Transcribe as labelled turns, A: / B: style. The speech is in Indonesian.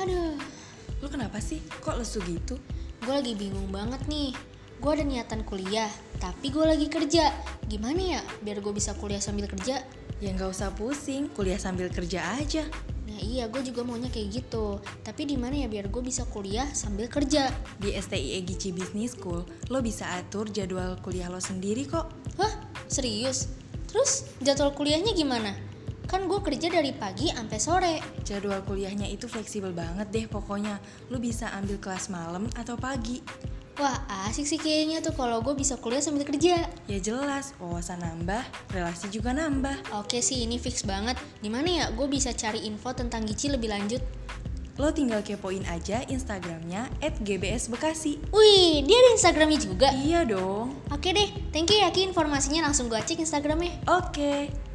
A: Aduh,
B: Lu kenapa sih? Kok lesu gitu?
A: gue lagi bingung banget nih. Gue ada niatan kuliah, tapi gue lagi kerja. Gimana ya biar gue bisa kuliah sambil kerja?
B: Ya nggak usah pusing, kuliah sambil kerja aja.
A: Nah iya, gue juga maunya kayak gitu. Tapi di mana ya biar gue bisa kuliah sambil kerja?
B: Di STIE E Gici Business School, lo bisa atur jadwal kuliah lo sendiri kok.
A: Hah? Serius? Terus jadwal kuliahnya gimana? Kan gue kerja dari pagi sampai sore.
B: Jadwal kuliahnya itu fleksibel banget deh pokoknya. Lo bisa ambil kelas malam atau pagi.
A: Wah asik sih kayaknya tuh kalau gue bisa kuliah sambil kerja.
B: Ya jelas, wawasan nambah, relasi juga nambah.
A: Oke sih ini fix banget. Gimana ya gue bisa cari info tentang Gici lebih lanjut?
B: Lo tinggal kepoin aja Instagramnya at GBS Bekasi.
A: Wih, dia ada Instagramnya juga.
B: Iya dong.
A: Oke deh, thank you ya Ki informasinya langsung gue cek Instagramnya.
B: Oke.